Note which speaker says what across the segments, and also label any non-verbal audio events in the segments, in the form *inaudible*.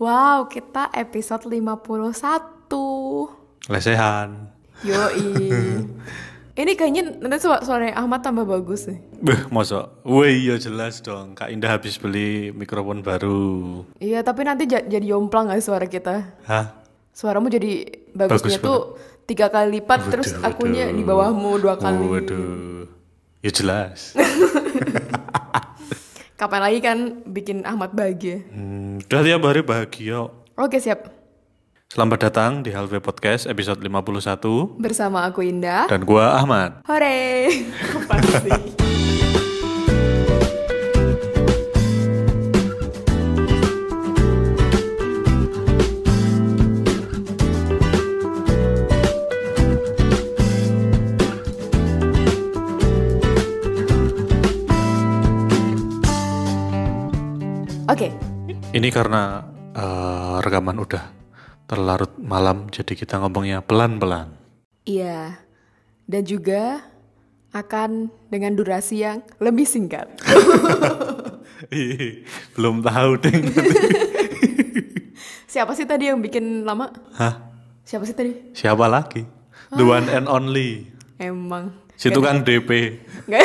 Speaker 1: Wow, kita episode 51.
Speaker 2: Lesehan. *laughs*
Speaker 1: Yoi. Ini kayaknya nanti su- suaranya Ahmad tambah bagus nih.
Speaker 2: Beh, masa? Wih, ya jelas dong. Kak Indah habis beli mikrofon baru.
Speaker 1: Iya, tapi nanti ja- jadi jomplang gak suara kita?
Speaker 2: Hah?
Speaker 1: Suaramu jadi bagusnya
Speaker 2: Bagus
Speaker 1: tuh tiga kali lipat, terus
Speaker 2: Waduh,
Speaker 1: akunya
Speaker 2: waduh. Oh,
Speaker 1: di bawahmu dua kali.
Speaker 2: Waduh. Ya jelas.
Speaker 1: Kapan lagi kan bikin Ahmad bahagia?
Speaker 2: hmm, udah tiap hari bahagia.
Speaker 1: Oke, siap.
Speaker 2: Selamat datang di Halve Podcast episode 51.
Speaker 1: Bersama aku Indah.
Speaker 2: Dan gua Ahmad.
Speaker 1: Hore! Apa sih? Oke,
Speaker 2: Ini karena eh, rekaman udah terlarut malam, jadi kita ngomongnya pelan-pelan.
Speaker 1: iya. Dan juga akan dengan durasi yang lebih singkat.
Speaker 2: Ih, Belum tahu, Ding.
Speaker 1: Siapa sih tadi yang bikin lama?
Speaker 2: Hah?
Speaker 1: Siapa sih tadi?
Speaker 2: Siapa lagi? The one and only. kan
Speaker 1: Emang.
Speaker 2: Si tukang DP.
Speaker 1: Nggak.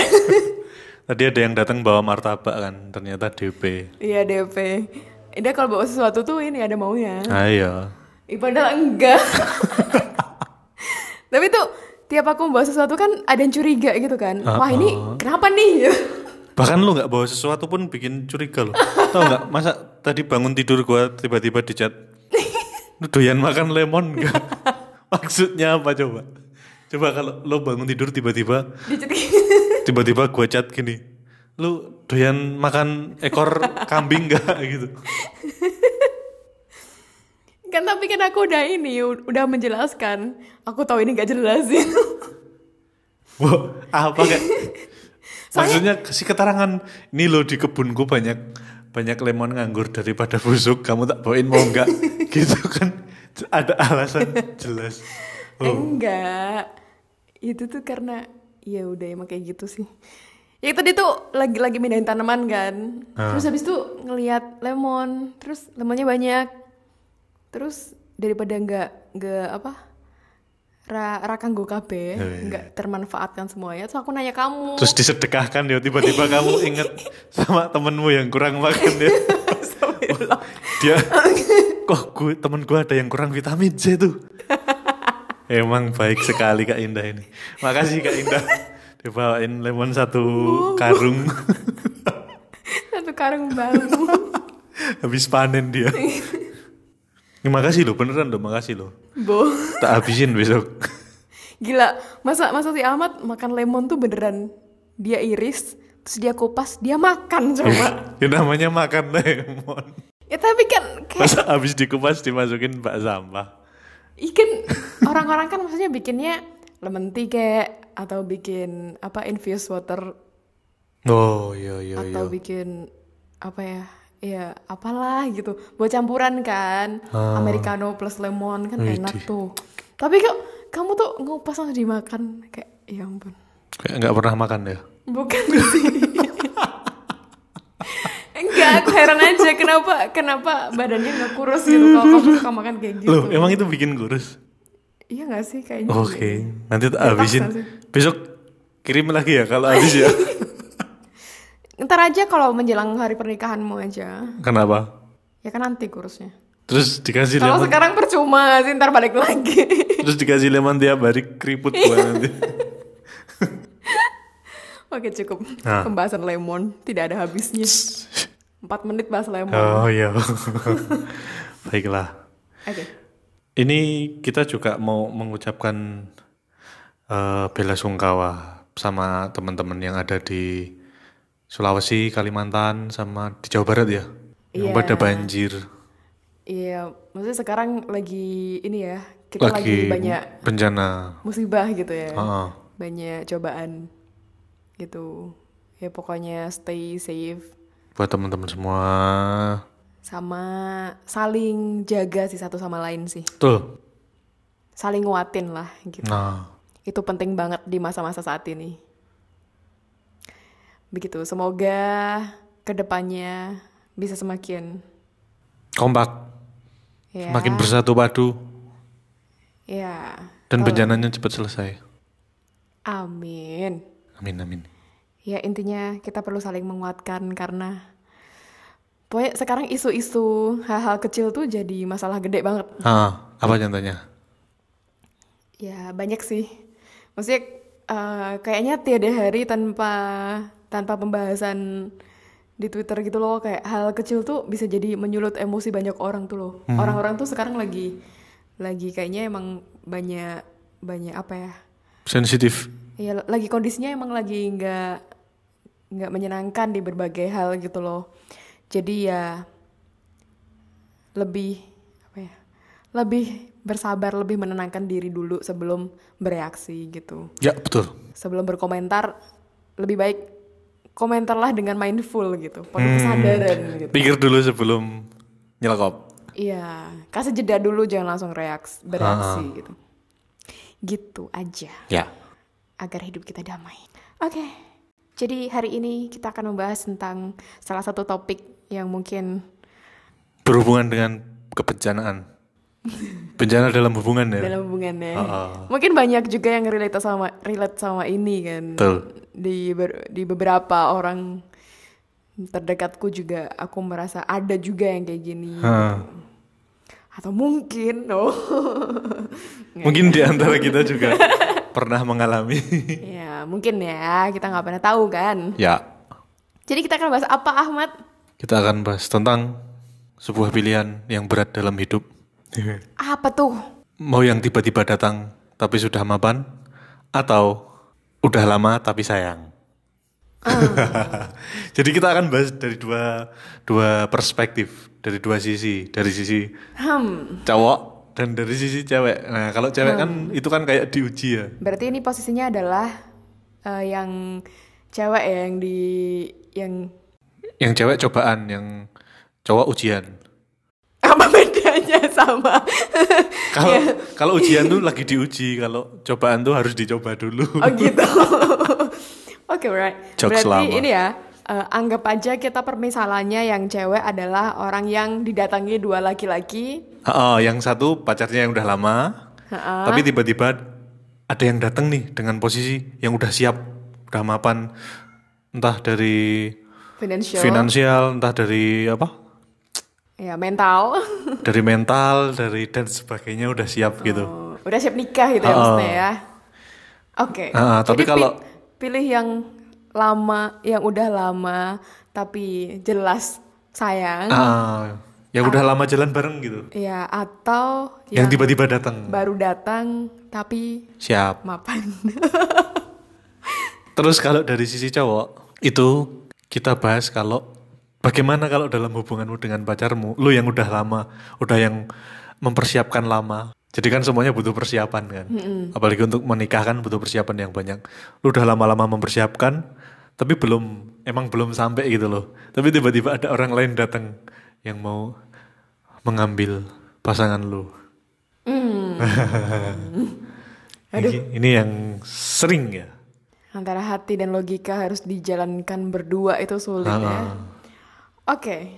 Speaker 1: *laughs*
Speaker 2: Tadi ada yang datang bawa martabak kan, ternyata DP.
Speaker 1: Iya DP. Ini kalau bawa sesuatu tuh ini ada maunya.
Speaker 2: Ayo.
Speaker 1: Ih, padahal enggak. *laughs* Tapi tuh tiap aku bawa sesuatu kan ada yang curiga gitu kan. Wah ini kenapa nih? *laughs*
Speaker 2: Bahkan lu nggak bawa sesuatu pun bikin curiga loh. Tahu nggak? Masa tadi bangun tidur gua tiba-tiba di chat. Lu doyan makan lemon nggak? *laughs* Maksudnya apa coba? Coba kalau lu bangun tidur tiba-tiba
Speaker 1: Dicet-
Speaker 2: tiba-tiba gua chat gini. Lu doyan makan ekor kambing nggak *laughs* gitu.
Speaker 1: *laughs* kan tapi kan aku udah ini u- udah menjelaskan. Aku tahu ini gak *laughs* jelasin.
Speaker 2: Wah, ah, apa kayak? Maksudnya kasih keterangan ini lo di kebunku banyak banyak lemon nganggur daripada busuk kamu tak bawain mau nggak gitu kan ada alasan jelas Oh.
Speaker 1: Enggak. Itu tuh karena ya udah emang kayak gitu sih. Ya tadi tuh lagi-lagi mindahin tanaman kan.
Speaker 2: Ah.
Speaker 1: Terus habis itu ngelihat lemon, terus lemonnya banyak. Terus daripada enggak enggak apa? Ra, rakanggo kabeh,
Speaker 2: iya.
Speaker 1: enggak termanfaatkan semuanya. Terus aku nanya kamu.
Speaker 2: terus disedekahkan ya tiba-tiba kamu inget sama temenmu yang kurang makan ya
Speaker 1: Astagfirullah.
Speaker 2: dia kok gue temen gue ada yang kurang vitamin C tuh emang baik sekali kak Indah ini makasih kak Indah dibawain lemon satu karung
Speaker 1: *laughs* Satu karung
Speaker 2: *laughs*
Speaker 1: bambu.
Speaker 2: habis panen *laughs* dia. Ya, makasih loh, beneran loh, makasih loh.
Speaker 1: Bo.
Speaker 2: Tak habisin besok.
Speaker 1: Gila, masa masa si Ahmad makan lemon tuh beneran dia iris, terus dia kupas, dia makan coba.
Speaker 2: ya namanya makan lemon.
Speaker 1: Ya tapi kan kayak
Speaker 2: Masa habis dikupas dimasukin bak sampah.
Speaker 1: ikan kan orang-orang kan maksudnya bikinnya lemon tea kayak atau bikin apa infused water
Speaker 2: Oh iya iya iya.
Speaker 1: atau bikin apa ya? Ya apalah gitu. Buat campuran kan. Americano plus lemon kan enak
Speaker 2: Ah. Widih.
Speaker 1: tuh. Tapi kok kamu tuh ngupas langsung dimakan kayak ya ampun.
Speaker 2: Kayak nggak pernah makan ya. *laughs*
Speaker 1: Bukan sih. Enggak, aku heran aja kenapa kenapa badannya nggak kurus
Speaker 2: *laughs*
Speaker 1: gitu kalau kamu suka makan kayak gitu.
Speaker 2: Loh, emang itu bikin kurus?
Speaker 1: Iya nggak sih kayaknya.
Speaker 2: Oke, nanti tak habisin.
Speaker 1: sih.
Speaker 2: Besok kirim lagi ya kalau habis
Speaker 1: *laughs*
Speaker 2: ya.
Speaker 1: Ntar aja kalau menjelang hari pernikahanmu aja.
Speaker 2: Kenapa?
Speaker 1: Ya kan nanti kurusnya.
Speaker 2: Terus dikasih
Speaker 1: Kalau
Speaker 2: lemon,
Speaker 1: sekarang percuma sih ntar balik lagi. *laughs*
Speaker 2: terus dikasih lemon tiap hari keriput gua nanti.
Speaker 1: Oke cukup.
Speaker 2: Nah.
Speaker 1: Pembahasan lemon tidak ada habisnya. Empat menit bahas lemon. Oke.
Speaker 2: Oh iya. *laughs* Baiklah. Ini kita juga mau mengucapkan eh, bela sungkawa sama teman-teman yang ada di Sulawesi, Kalimantan, sama di Jawa Barat ya. Yang
Speaker 1: Iya.
Speaker 2: pada banjir.
Speaker 1: Iya, maksudnya sekarang lagi ini ya. Kita lagi, banyak
Speaker 2: bencana.
Speaker 1: musibah gitu ya.
Speaker 2: Heeh.
Speaker 1: Banyak cobaan gitu. Ya pokoknya stay safe
Speaker 2: Buat teman-teman semua.
Speaker 1: sama saling jaga sih satu sama lain sih.
Speaker 2: Tuh.
Speaker 1: Saling nguatin lah gitu.
Speaker 2: Nah,
Speaker 1: Itu penting banget di masa-masa saat ini. Begitu, semoga kedepannya bisa semakin
Speaker 2: kompak.
Speaker 1: Ya.
Speaker 2: Makin bersatu padu
Speaker 1: Ya.
Speaker 2: dan
Speaker 1: Kalau-
Speaker 2: bencananya cepat selesai.
Speaker 1: Amin.
Speaker 2: Amin amin.
Speaker 1: Ya intinya kita perlu saling menguatkan karena pokoknya sekarang isu-isu hal-hal kecil tuh jadi masalah gede banget.
Speaker 2: Ah, apa contohnya?
Speaker 1: Ya banyak sih. Maksudnya eh, kayaknya tiada hari tanpa tanpa pembahasan di Twitter gitu loh kayak hal kecil tuh bisa jadi menyulut emosi banyak orang tuh loh. Orang-orang tuh sekarang lagi lagi kayaknya emang banyak banyak apa ya?
Speaker 2: Sensitif.
Speaker 1: Ya lagi kondisinya emang lagi nggak nggak menyenangkan di berbagai hal gitu loh. Jadi ya lebih apa ya? Lebih bersabar, lebih menenangkan diri dulu sebelum bereaksi gitu.
Speaker 2: Ya betul.
Speaker 1: Sebelum berkomentar lebih baik komentarlah dengan mindful gitu, penuh kesadaran gitu.
Speaker 2: Pikir dulu sebelum nyelkop.
Speaker 1: Iya, kasih jeda dulu jangan langsung reaks bereaksi gitu. Gitu aja.
Speaker 2: Ya.
Speaker 1: agar hidup kita damai. Oke, jadi hari ini kita akan membahas tentang salah satu topik yang mungkin
Speaker 2: Berhubungan dengan kebencanaan. Bencana dalam hubungan ya.
Speaker 1: dalam hubungannya,
Speaker 2: Ah.
Speaker 1: mungkin banyak juga yang relate sama relate sama ini kan.
Speaker 2: Betul.
Speaker 1: Di ber- di beberapa orang terdekatku juga aku merasa ada juga yang kayak gini.
Speaker 2: Ah.
Speaker 1: Atau mungkin, *laughs* oh.
Speaker 2: Mungkin di antara kita juga *laughs* pernah mengalami.
Speaker 1: ya, mungkin ya, kita nggak pernah tahu kan.
Speaker 2: ya.
Speaker 1: Jadi kita akan bahas apa Ahmad?
Speaker 2: Kita akan bahas tentang sebuah pilihan yang berat dalam hidup.
Speaker 1: Apa tuh?
Speaker 2: Mau yang tiba-tiba datang tapi sudah mapan atau udah lama tapi sayang. *laughs* Jadi kita akan bahas dari dua dua perspektif, dari dua sisi, dari sisi
Speaker 1: Hmm,
Speaker 2: cowok dan dari sisi cewek. Nah, kalau cewek kan itu kan kayak diuji ya.
Speaker 1: Berarti ini posisinya adalah eh, yang cewek ya yang di yang *laughs*
Speaker 2: Yang cewek cobaan, yang cowok ujian.
Speaker 1: apa bedanya sama? *laughs*
Speaker 2: Kalau kalau ujian tuh lagi diuji, kalau cobaan tuh harus dicoba dulu.
Speaker 1: oh gitu. *laughs* Oke, right.
Speaker 2: Jokes
Speaker 1: Berarti
Speaker 2: lama.
Speaker 1: ini ya eh, anggap aja kita permisalannya yang cewek adalah orang yang didatangi dua laki-laki.
Speaker 2: Heeh, yang satu pacarnya yang udah lama, tapi tiba-tiba ada yang datang nih dengan posisi yang udah siap, udah mapan, entah dari
Speaker 1: Financial,
Speaker 2: finansial, entah dari apa,
Speaker 1: ya mental, *laughs*
Speaker 2: dari mental, dari dan sebagainya udah siap gitu.
Speaker 1: Oh, udah siap nikah gitu ya
Speaker 2: Ah, ah.
Speaker 1: maksudnya ya. Oke.
Speaker 2: Ah, ah, tapi
Speaker 1: Jadi
Speaker 2: kalau-
Speaker 1: pi- pilih yang lama, yang udah lama tapi jelas sayang.
Speaker 2: Ah, yang udah lama jalan bareng gitu,
Speaker 1: Ya, atau
Speaker 2: yang
Speaker 1: yang,
Speaker 2: tiba-tiba datang,
Speaker 1: baru datang tapi
Speaker 2: siap.
Speaker 1: mapan. *laughs*
Speaker 2: Terus kalau dari sisi cowok itu kita bahas kalau bagaimana kalau dalam hubunganmu dengan pacarmu, lu yang udah lama, udah yang mempersiapkan lama. Jadi kan semuanya butuh persiapan kan. Apalagi untuk menikah kan butuh persiapan yang banyak. Lu udah lama-lama mempersiapkan tapi belum emang belum sampai gitu loh. Tapi tiba-tiba ada orang lain datang yang mau mengambil pasangan lu. *laughs* Ini, ini yang sering ya.
Speaker 1: Antara hati dan logika harus dijalankan berdua itu sulit ya. Oke.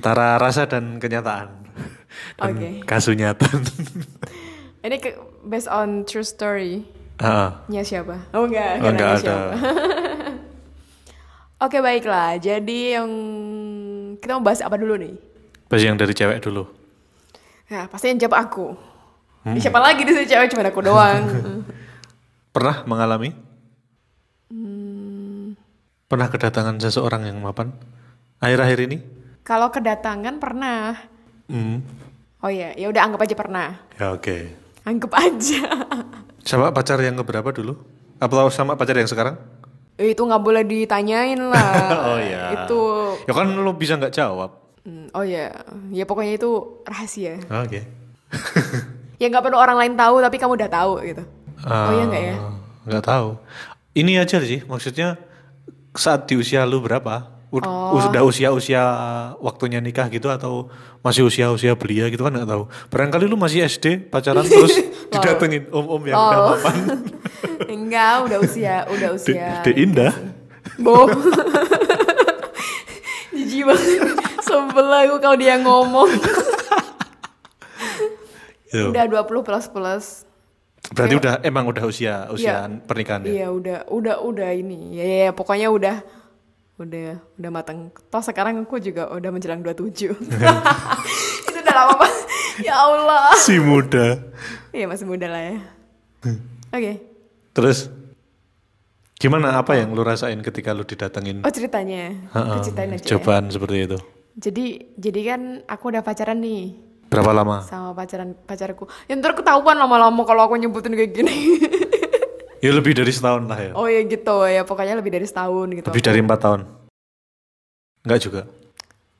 Speaker 2: antara rasa dan
Speaker 1: *laughs*
Speaker 2: kenyataan dan
Speaker 1: Oke.
Speaker 2: *laughs* kasunyatan
Speaker 1: Ini ke- based on true story-nya
Speaker 2: Heeh.
Speaker 1: siapa? Oh enggak,
Speaker 2: Oh, nggak
Speaker 1: nanya
Speaker 2: ada
Speaker 1: siapa. *laughs* Oke, baiklah. Jadi yang kita mau bahas apa dulu nih?
Speaker 2: pas yang dari cewek dulu
Speaker 1: Nah, pasti yang jawab aku. Ih, Siapa lagi di sini cewek cuma aku doang. *laughs*
Speaker 2: pernah mengalami
Speaker 1: Hmm.
Speaker 2: pernah kedatangan seseorang yang mapan akhir-akhir ini
Speaker 1: Kalau kedatangan pernah.
Speaker 2: Hmm.
Speaker 1: Oh iya, ya udah anggap aja pernah.
Speaker 2: ya oke
Speaker 1: Anggap aja. *laughs*
Speaker 2: sama pacar yang keberapa dulu atau sama pacar yang sekarang
Speaker 1: Eh, itu nggak boleh ditanyain lah.
Speaker 2: *laughs* oh ya
Speaker 1: Eh, Itu
Speaker 2: ya kan lu bisa nggak jawab
Speaker 1: Hmm, oh ya, ya pokoknya itu rahasia.
Speaker 2: oke
Speaker 1: Ya nggak perlu orang lain tahu tapi kamu udah tahu gitu. *laughs* oh iya nggak ya?
Speaker 2: Eh, Nggak tahu. Ini aja sih, maksudnya saat di usia lu berapa? U-
Speaker 1: Oh.
Speaker 2: Udah usia-usia waktunya nikah gitu atau masih usia-usia belia gitu kan nggak tahu. Barangkali lu masih SD
Speaker 1: *laughs*
Speaker 2: pacaran terus didatengin om-om yang udah
Speaker 1: Lol. *laughs*
Speaker 2: mapan.
Speaker 1: Enggak, udah usia, udah
Speaker 2: De,
Speaker 1: usia.
Speaker 2: de indah.
Speaker 1: iya *laughs* Bo. Jijik banget. Sebel aku kalau dia ngomong.
Speaker 2: Yo.
Speaker 1: Udah 20 plus plus.
Speaker 2: Berarti
Speaker 1: kayak-
Speaker 2: udah emang udah usia usia
Speaker 1: Iya.
Speaker 2: pernikahan ya?
Speaker 1: Iya udah udah udah ini. Ya, ya, ya, pokoknya udah udah udah matang. Toh sekarang aku juga udah menjelang 27.
Speaker 2: *laughs*
Speaker 1: *laughs* Itu udah lama banget. Ya Allah.
Speaker 2: Si muda.
Speaker 1: Iya masih muda lah
Speaker 2: *laughs*
Speaker 1: ya. Oke.
Speaker 2: Terus gimana apa yang lu rasain ketika lu didatengin?
Speaker 1: Oh ceritanya.
Speaker 2: Ha-ha,
Speaker 1: Aku ceritain aja ya.
Speaker 2: cobaan seperti itu.
Speaker 1: Jadi jadi kan aku udah pacaran nih
Speaker 2: Berapa lama?
Speaker 1: sama pacaran pacarku. Ya ntar ketahuan lama-lama kalau aku nyebutin kayak gini. *laughs*
Speaker 2: Ya lebih dari setahun lah ya.
Speaker 1: oh ya gitu ya pokoknya lebih dari setahun gitu.
Speaker 2: lebih dari empat tahun. Enggak juga.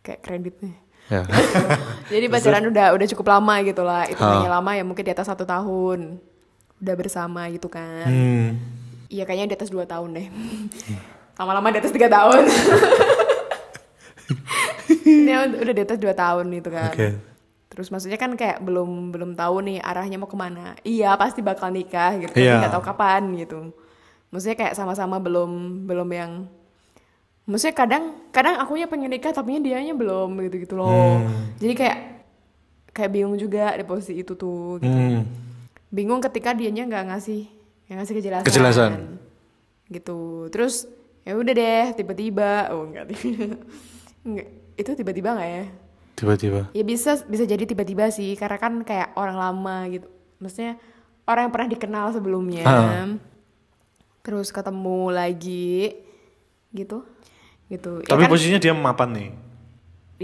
Speaker 1: Kayak kreditnya.
Speaker 2: Ya.
Speaker 1: *laughs* Jadi pacaran udah udah cukup lama gitu lah. Itu
Speaker 2: Ha.
Speaker 1: hanya lama ya mungkin di atas satu tahun. Udah bersama gitu kan.
Speaker 2: *laughs* Hmm.
Speaker 1: Iya kayaknya di atas dua tahun deh. *laughs* Lama-lama di atas tiga
Speaker 2: *laughs*
Speaker 1: tahun. *laughs* ya, udah di atas dua tahun gitu kan.
Speaker 2: Oke.
Speaker 1: Terus maksudnya kan kayak belum belum tahu nih arahnya mau kemana. Iya pasti bakal nikah gitu.
Speaker 2: Iya.
Speaker 1: Tapi nggak tahu kapan gitu. Maksudnya kayak sama-sama belum belum yang. Maksudnya kadang kadang akunya pengen nikah tapi dianya belum gitu gitu loh.
Speaker 2: Hmm.
Speaker 1: Jadi kayak kayak bingung juga di posisi itu tuh.
Speaker 2: Hmm.
Speaker 1: Bingung ketika dianya nggak ngasih nggak ngasih kejelasan.
Speaker 2: Kejelasan.
Speaker 1: Gitu. Terus ya udah deh tiba-tiba oh enggak *laughs* Nggak- itu tiba-tiba nggak ya?
Speaker 2: Tiba-tiba.
Speaker 1: Ya bisa bisa jadi tiba-tiba sih karena kan kayak orang lama gitu. Maksudnya orang yang pernah dikenal sebelumnya.
Speaker 2: Ah.
Speaker 1: Terus ketemu lagi gitu. Gitu. Ya
Speaker 2: Tapi
Speaker 1: kan,
Speaker 2: posisinya dia mapan nih.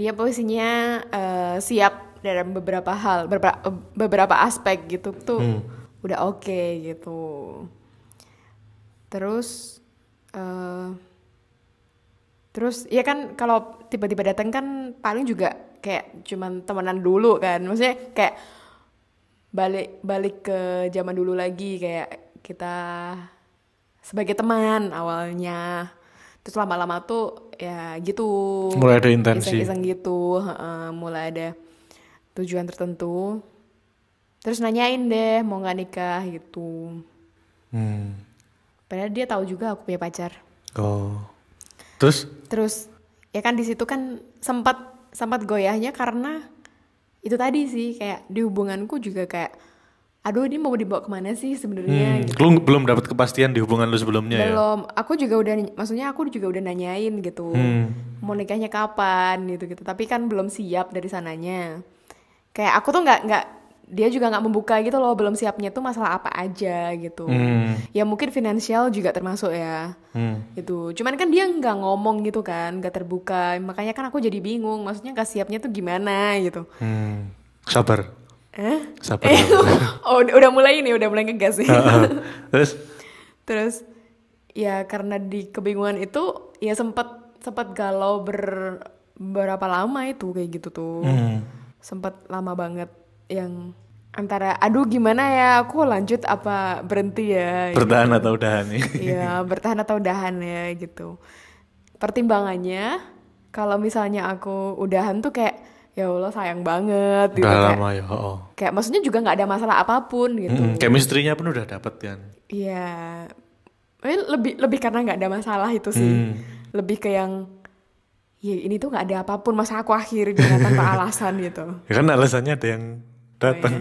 Speaker 1: dia posisinya eh, siap dalam beberapa hal, beberapa beberapa aspek gitu tuh udah oke gitu. Terus eh terus ya kan kalau tiba-tiba datang kan paling juga kayak cuman temenan dulu kan. Maksudnya kayak balik balik ke zaman dulu lagi kayak kita sebagai teman awalnya. Terus lama-lama tuh ya gitu.
Speaker 2: Mulai ada intensi.
Speaker 1: Iseng-iseng gitu, heeh, mulai ada tujuan tertentu. Terus nanyain deh mau nggak nikah gitu.
Speaker 2: Hmm.
Speaker 1: Padahal dia tahu juga aku punya pacar.
Speaker 2: Oh. Terus
Speaker 1: Terus ya kan di situ kan sempat sempat goyahnya karena itu tadi sih kayak di hubunganku juga kayak aduh ini mau dibawa kemana sih sebenarnya
Speaker 2: hmm, lu belum dapat kepastian di hubungan lu sebelumnya ya?
Speaker 1: Iya, gitu. belum aku juga udah maksudnya aku juga udah nanyain gitu
Speaker 2: Hmm.
Speaker 1: mau nikahnya kapan gitu gitu tapi kan belum siap dari sananya kayak aku tuh nggak nggak dia juga nggak membuka gitu loh belum siapnya tuh masalah apa aja gitu
Speaker 2: Hmm.
Speaker 1: ya mungkin finansial juga termasuk ya
Speaker 2: Hmm.
Speaker 1: gitu cuman kan dia nggak ngomong gitu kan nggak terbuka makanya kan aku jadi bingung maksudnya nggak siapnya tuh gimana gitu
Speaker 2: Hmm. Sabar.
Speaker 1: eh
Speaker 2: Sabar. sabar.
Speaker 1: *laughs* oh udah udah mulai nih udah mulai ngegas nih
Speaker 2: *laughs* Heeh. Terus
Speaker 1: Terus ya karena di kebingungan itu ya sempat sempat galau ber berapa lama itu kayak gitu tuh.
Speaker 2: hmm.
Speaker 1: Sempat lama banget yang antara aduh gimana ya aku lanjut apa berhenti ya.
Speaker 2: bertahan atau udahan nih? *laughs*
Speaker 1: Iya, bertahan atau udahan ya gitu. Pertimbangannya kalau misalnya aku udahan tuh kayak ya Allah sayang banget gitu
Speaker 2: Udah
Speaker 1: kayak,
Speaker 2: lama ya. Oh.
Speaker 1: kayak maksudnya juga nggak ada masalah apapun gitu.
Speaker 2: Mm-mm, Hmm, chemistry-nya pun udah dapet kan.
Speaker 1: Iya, Eh, lebih lebih karena nggak ada masalah itu sih.
Speaker 2: Mm.
Speaker 1: Lebih ke yang ya ini tuh nggak ada apapun masa aku akhiri dengan
Speaker 2: *laughs*
Speaker 1: tanpa alasan gitu.
Speaker 2: Ya kan alasannya ada yang datang.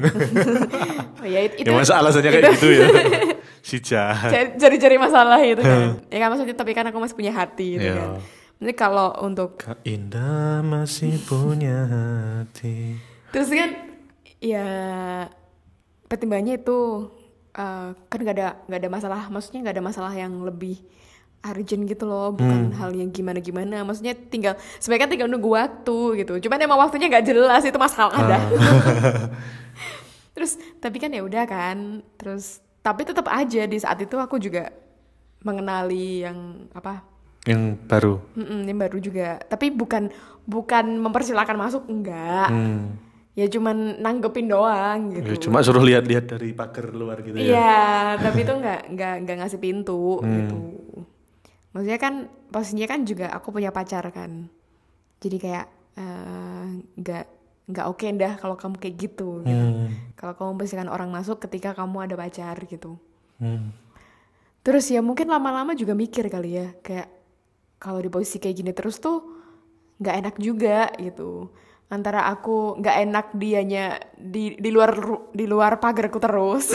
Speaker 1: Oh, ya it- itu
Speaker 2: ya masa alasannya kayak gitu
Speaker 1: *laughs*
Speaker 2: ya. si jahat.
Speaker 1: jar- jari-jari masalah gitu
Speaker 2: *laughs*
Speaker 1: kan. ya kan maksudnya tapi kan aku masih punya hati gitu
Speaker 2: Iya.
Speaker 1: kan. Jadi kalau untuk
Speaker 2: Kak Indah masih punya hati.
Speaker 1: terus kan ya pertimbangannya itu eh, kan nggak ada nggak ada masalah maksudnya nggak ada masalah yang lebih urgent gitu loh bukan hal yang gimana gimana maksudnya tinggal sebenarnya kan tinggal nunggu waktu gitu cuman emang waktunya nggak jelas itu masalah dah *laughs* terus tapi kan ya udah kan terus tapi tetap aja di saat itu aku juga mengenali yang apa
Speaker 2: Yang baru.
Speaker 1: Mm-mm, yang baru juga tapi bukan bukan mempersilahkan masuk enggak
Speaker 2: Hmm.
Speaker 1: ya cuman nanggepin doang
Speaker 2: Ya,
Speaker 1: gitu.
Speaker 2: cuma suruh lihat-lihat dari pagar luar gitu ya.
Speaker 1: Iya, tapi itu nggak nggak nggak ngasih pintu
Speaker 2: Hmm.
Speaker 1: gitu. Maksudnya kan posisinya kan juga aku punya pacar kan, jadi kayak eh, nggak nggak oke dah kalau kamu kayak gitu. gitu.
Speaker 2: Hmm.
Speaker 1: Kalau kamu mempersilahkan orang masuk ketika kamu ada pacar gitu.
Speaker 2: Hmm.
Speaker 1: Terus ya mungkin lama-lama juga mikir kali ya, kayak kalau di posisi kayak gini terus tuh nggak enak juga gitu. antara aku nggak enak dianya di di luar ru- di luar pagarku terus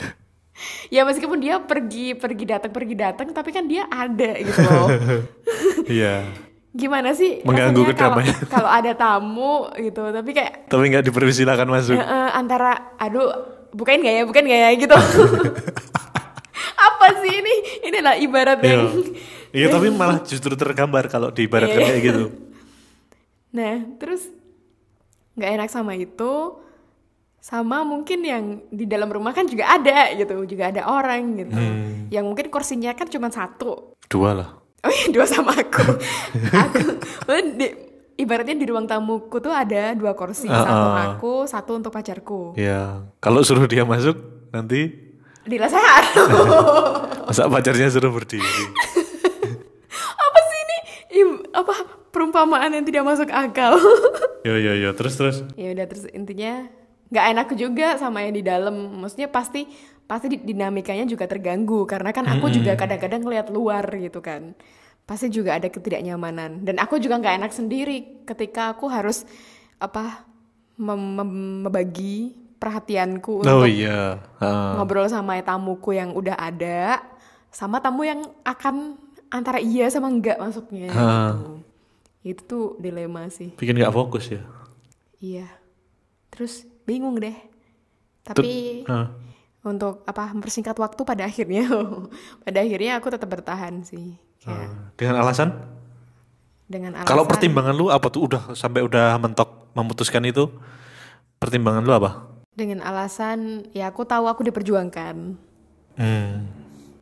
Speaker 1: *laughs* ya meskipun dia pergi pergi datang pergi datang tapi kan dia ada gitu
Speaker 2: *laughs*
Speaker 1: loh
Speaker 2: Iya.
Speaker 1: gimana sih
Speaker 2: Mengganggu
Speaker 1: rasanya kalau-
Speaker 2: kedamaian.
Speaker 1: *laughs* kalau ada tamu gitu tapi kayak
Speaker 2: Tapi nggak dipersilakan
Speaker 1: eh,
Speaker 2: masuk.
Speaker 1: eh, antara aduh bukain gak ya bukain gak ya
Speaker 2: *laughs*
Speaker 1: gitu apa sih ini ini lah ibarat
Speaker 2: Iya.
Speaker 1: yang
Speaker 2: Iya, tapi malah justru tergambar kalau diibaratkan
Speaker 1: Iya, iya.
Speaker 2: kayak gitu.
Speaker 1: Nah, terus nggak enak sama itu, sama mungkin yang di dalam rumah kan juga ada gitu, juga ada orang gitu,
Speaker 2: Hmm.
Speaker 1: yang mungkin kursinya kan cuma satu,
Speaker 2: Dua lah.
Speaker 1: oh iya dua sama
Speaker 2: *laughs*
Speaker 1: aku, aku maksudnya di- ibaratnya di ruang tamuku tuh ada dua kursi,
Speaker 2: Ah,
Speaker 1: satu
Speaker 2: ah.
Speaker 1: aku, satu untuk pacarku,
Speaker 2: Iya. Kalau suruh dia masuk nanti
Speaker 1: di satu.
Speaker 2: masa pacarnya suruh berdiri.
Speaker 1: apa sih ini? Im- apa perumpamaan yang tidak masuk akal? *laughs*
Speaker 2: Yo yo yo. Iya, Terus terus.
Speaker 1: ya udah terus intinya nggak enak juga sama yang di dalam maksudnya pasti pasti di- dinamikanya juga terganggu karena kan aku juga kadang-kadang ngeliat luar gitu kan pasti juga ada ketidaknyamanan dan aku juga nggak enak sendiri ketika aku harus apa mem- mem- membagi perhatianku
Speaker 2: Oh
Speaker 1: untuk
Speaker 2: iya. Ah.
Speaker 1: ngobrol sama tamuku yang udah ada sama tamu yang akan antara iya sama enggak masuknya
Speaker 2: Ah.
Speaker 1: gitu. itu tuh dilema sih
Speaker 2: Bikin nggak fokus ya.
Speaker 1: Iya. Terus bingung deh. Tapi
Speaker 2: Ah.
Speaker 1: untuk apa mempersingkat waktu pada akhirnya *laughs* pada akhirnya aku tetap bertahan sih. Kayak
Speaker 2: Ah. Dengan alasan?
Speaker 1: dengan alasan
Speaker 2: Kalau pertimbangan lu apa tuh udah sampai udah mentok memutuskan itu? Pertimbangan lu apa?
Speaker 1: dengan alasan ya aku tahu aku diperjuangkan.
Speaker 2: Hmm.